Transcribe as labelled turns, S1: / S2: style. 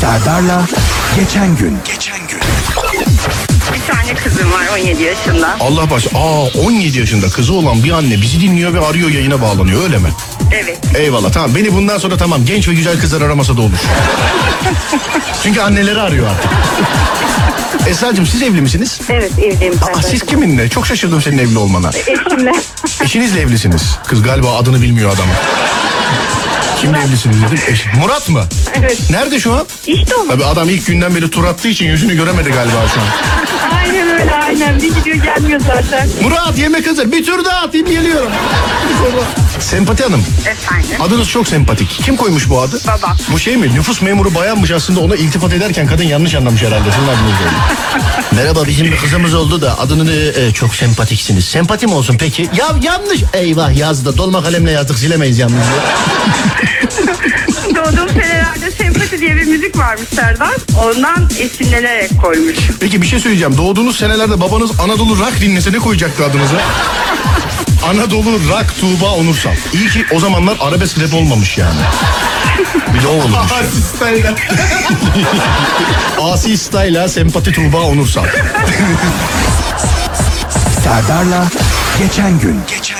S1: Serdar'la geçen gün. Geçen gün.
S2: Bir tane kızım var 17 yaşında.
S3: Allah baş. Aa 17 yaşında kızı olan bir anne bizi dinliyor ve arıyor yayına bağlanıyor öyle mi?
S2: Evet.
S3: Eyvallah tamam beni bundan sonra tamam genç ve güzel kızlar aramasa da olur. Çünkü anneleri arıyor artık. Esra'cığım siz evli misiniz?
S2: Evet evliyim.
S3: Aa, siz kiminle? Çok şaşırdım senin evli olmana.
S2: Eşimle.
S3: Eşinizle evlisiniz. Kız galiba adını bilmiyor adam. Kimle evlisiniz dedim. Eş- Murat mı?
S2: Evet.
S3: Nerede şu an?
S2: İşte o.
S3: Tabii adam ilk günden beri tur attığı için yüzünü göremedi galiba şu an.
S2: Aynen öyle aynen. Bir gidiyor gelmiyor zaten.
S3: Murat yemek hazır. Bir tur daha atayım geliyorum. Sempati Hanım.
S2: Efendim.
S3: Adınız çok sempatik. Kim koymuş bu adı?
S2: Babam.
S3: Bu şey mi? Nüfus memuru bayanmış aslında ona iltifat ederken kadın yanlış anlamış herhalde. Sizin adınız öyle. Merhaba bizim bir kızımız oldu da adını e, çok sempatiksiniz. Sempati mi olsun peki? Ya yanlış. Eyvah yazdı. Dolma kalemle yazdık silemeyiz yalnız. ya.
S2: Doğduğum senelerde sempati diye bir müzik varmış Serdar. Ondan esinlenerek koymuş.
S3: Peki bir şey söyleyeceğim. Doğduğunuz senelerde babanız Anadolu Rock dinlese ne koyacaktı adınıza? Anadolu Rock Tuğba Onursal. İyi ki o zamanlar arabesk rap olmamış yani. Bir de o olmuş. Asi Style'a sempati Tuğba Onursal.
S1: Serdar'la geçen gün. Geçen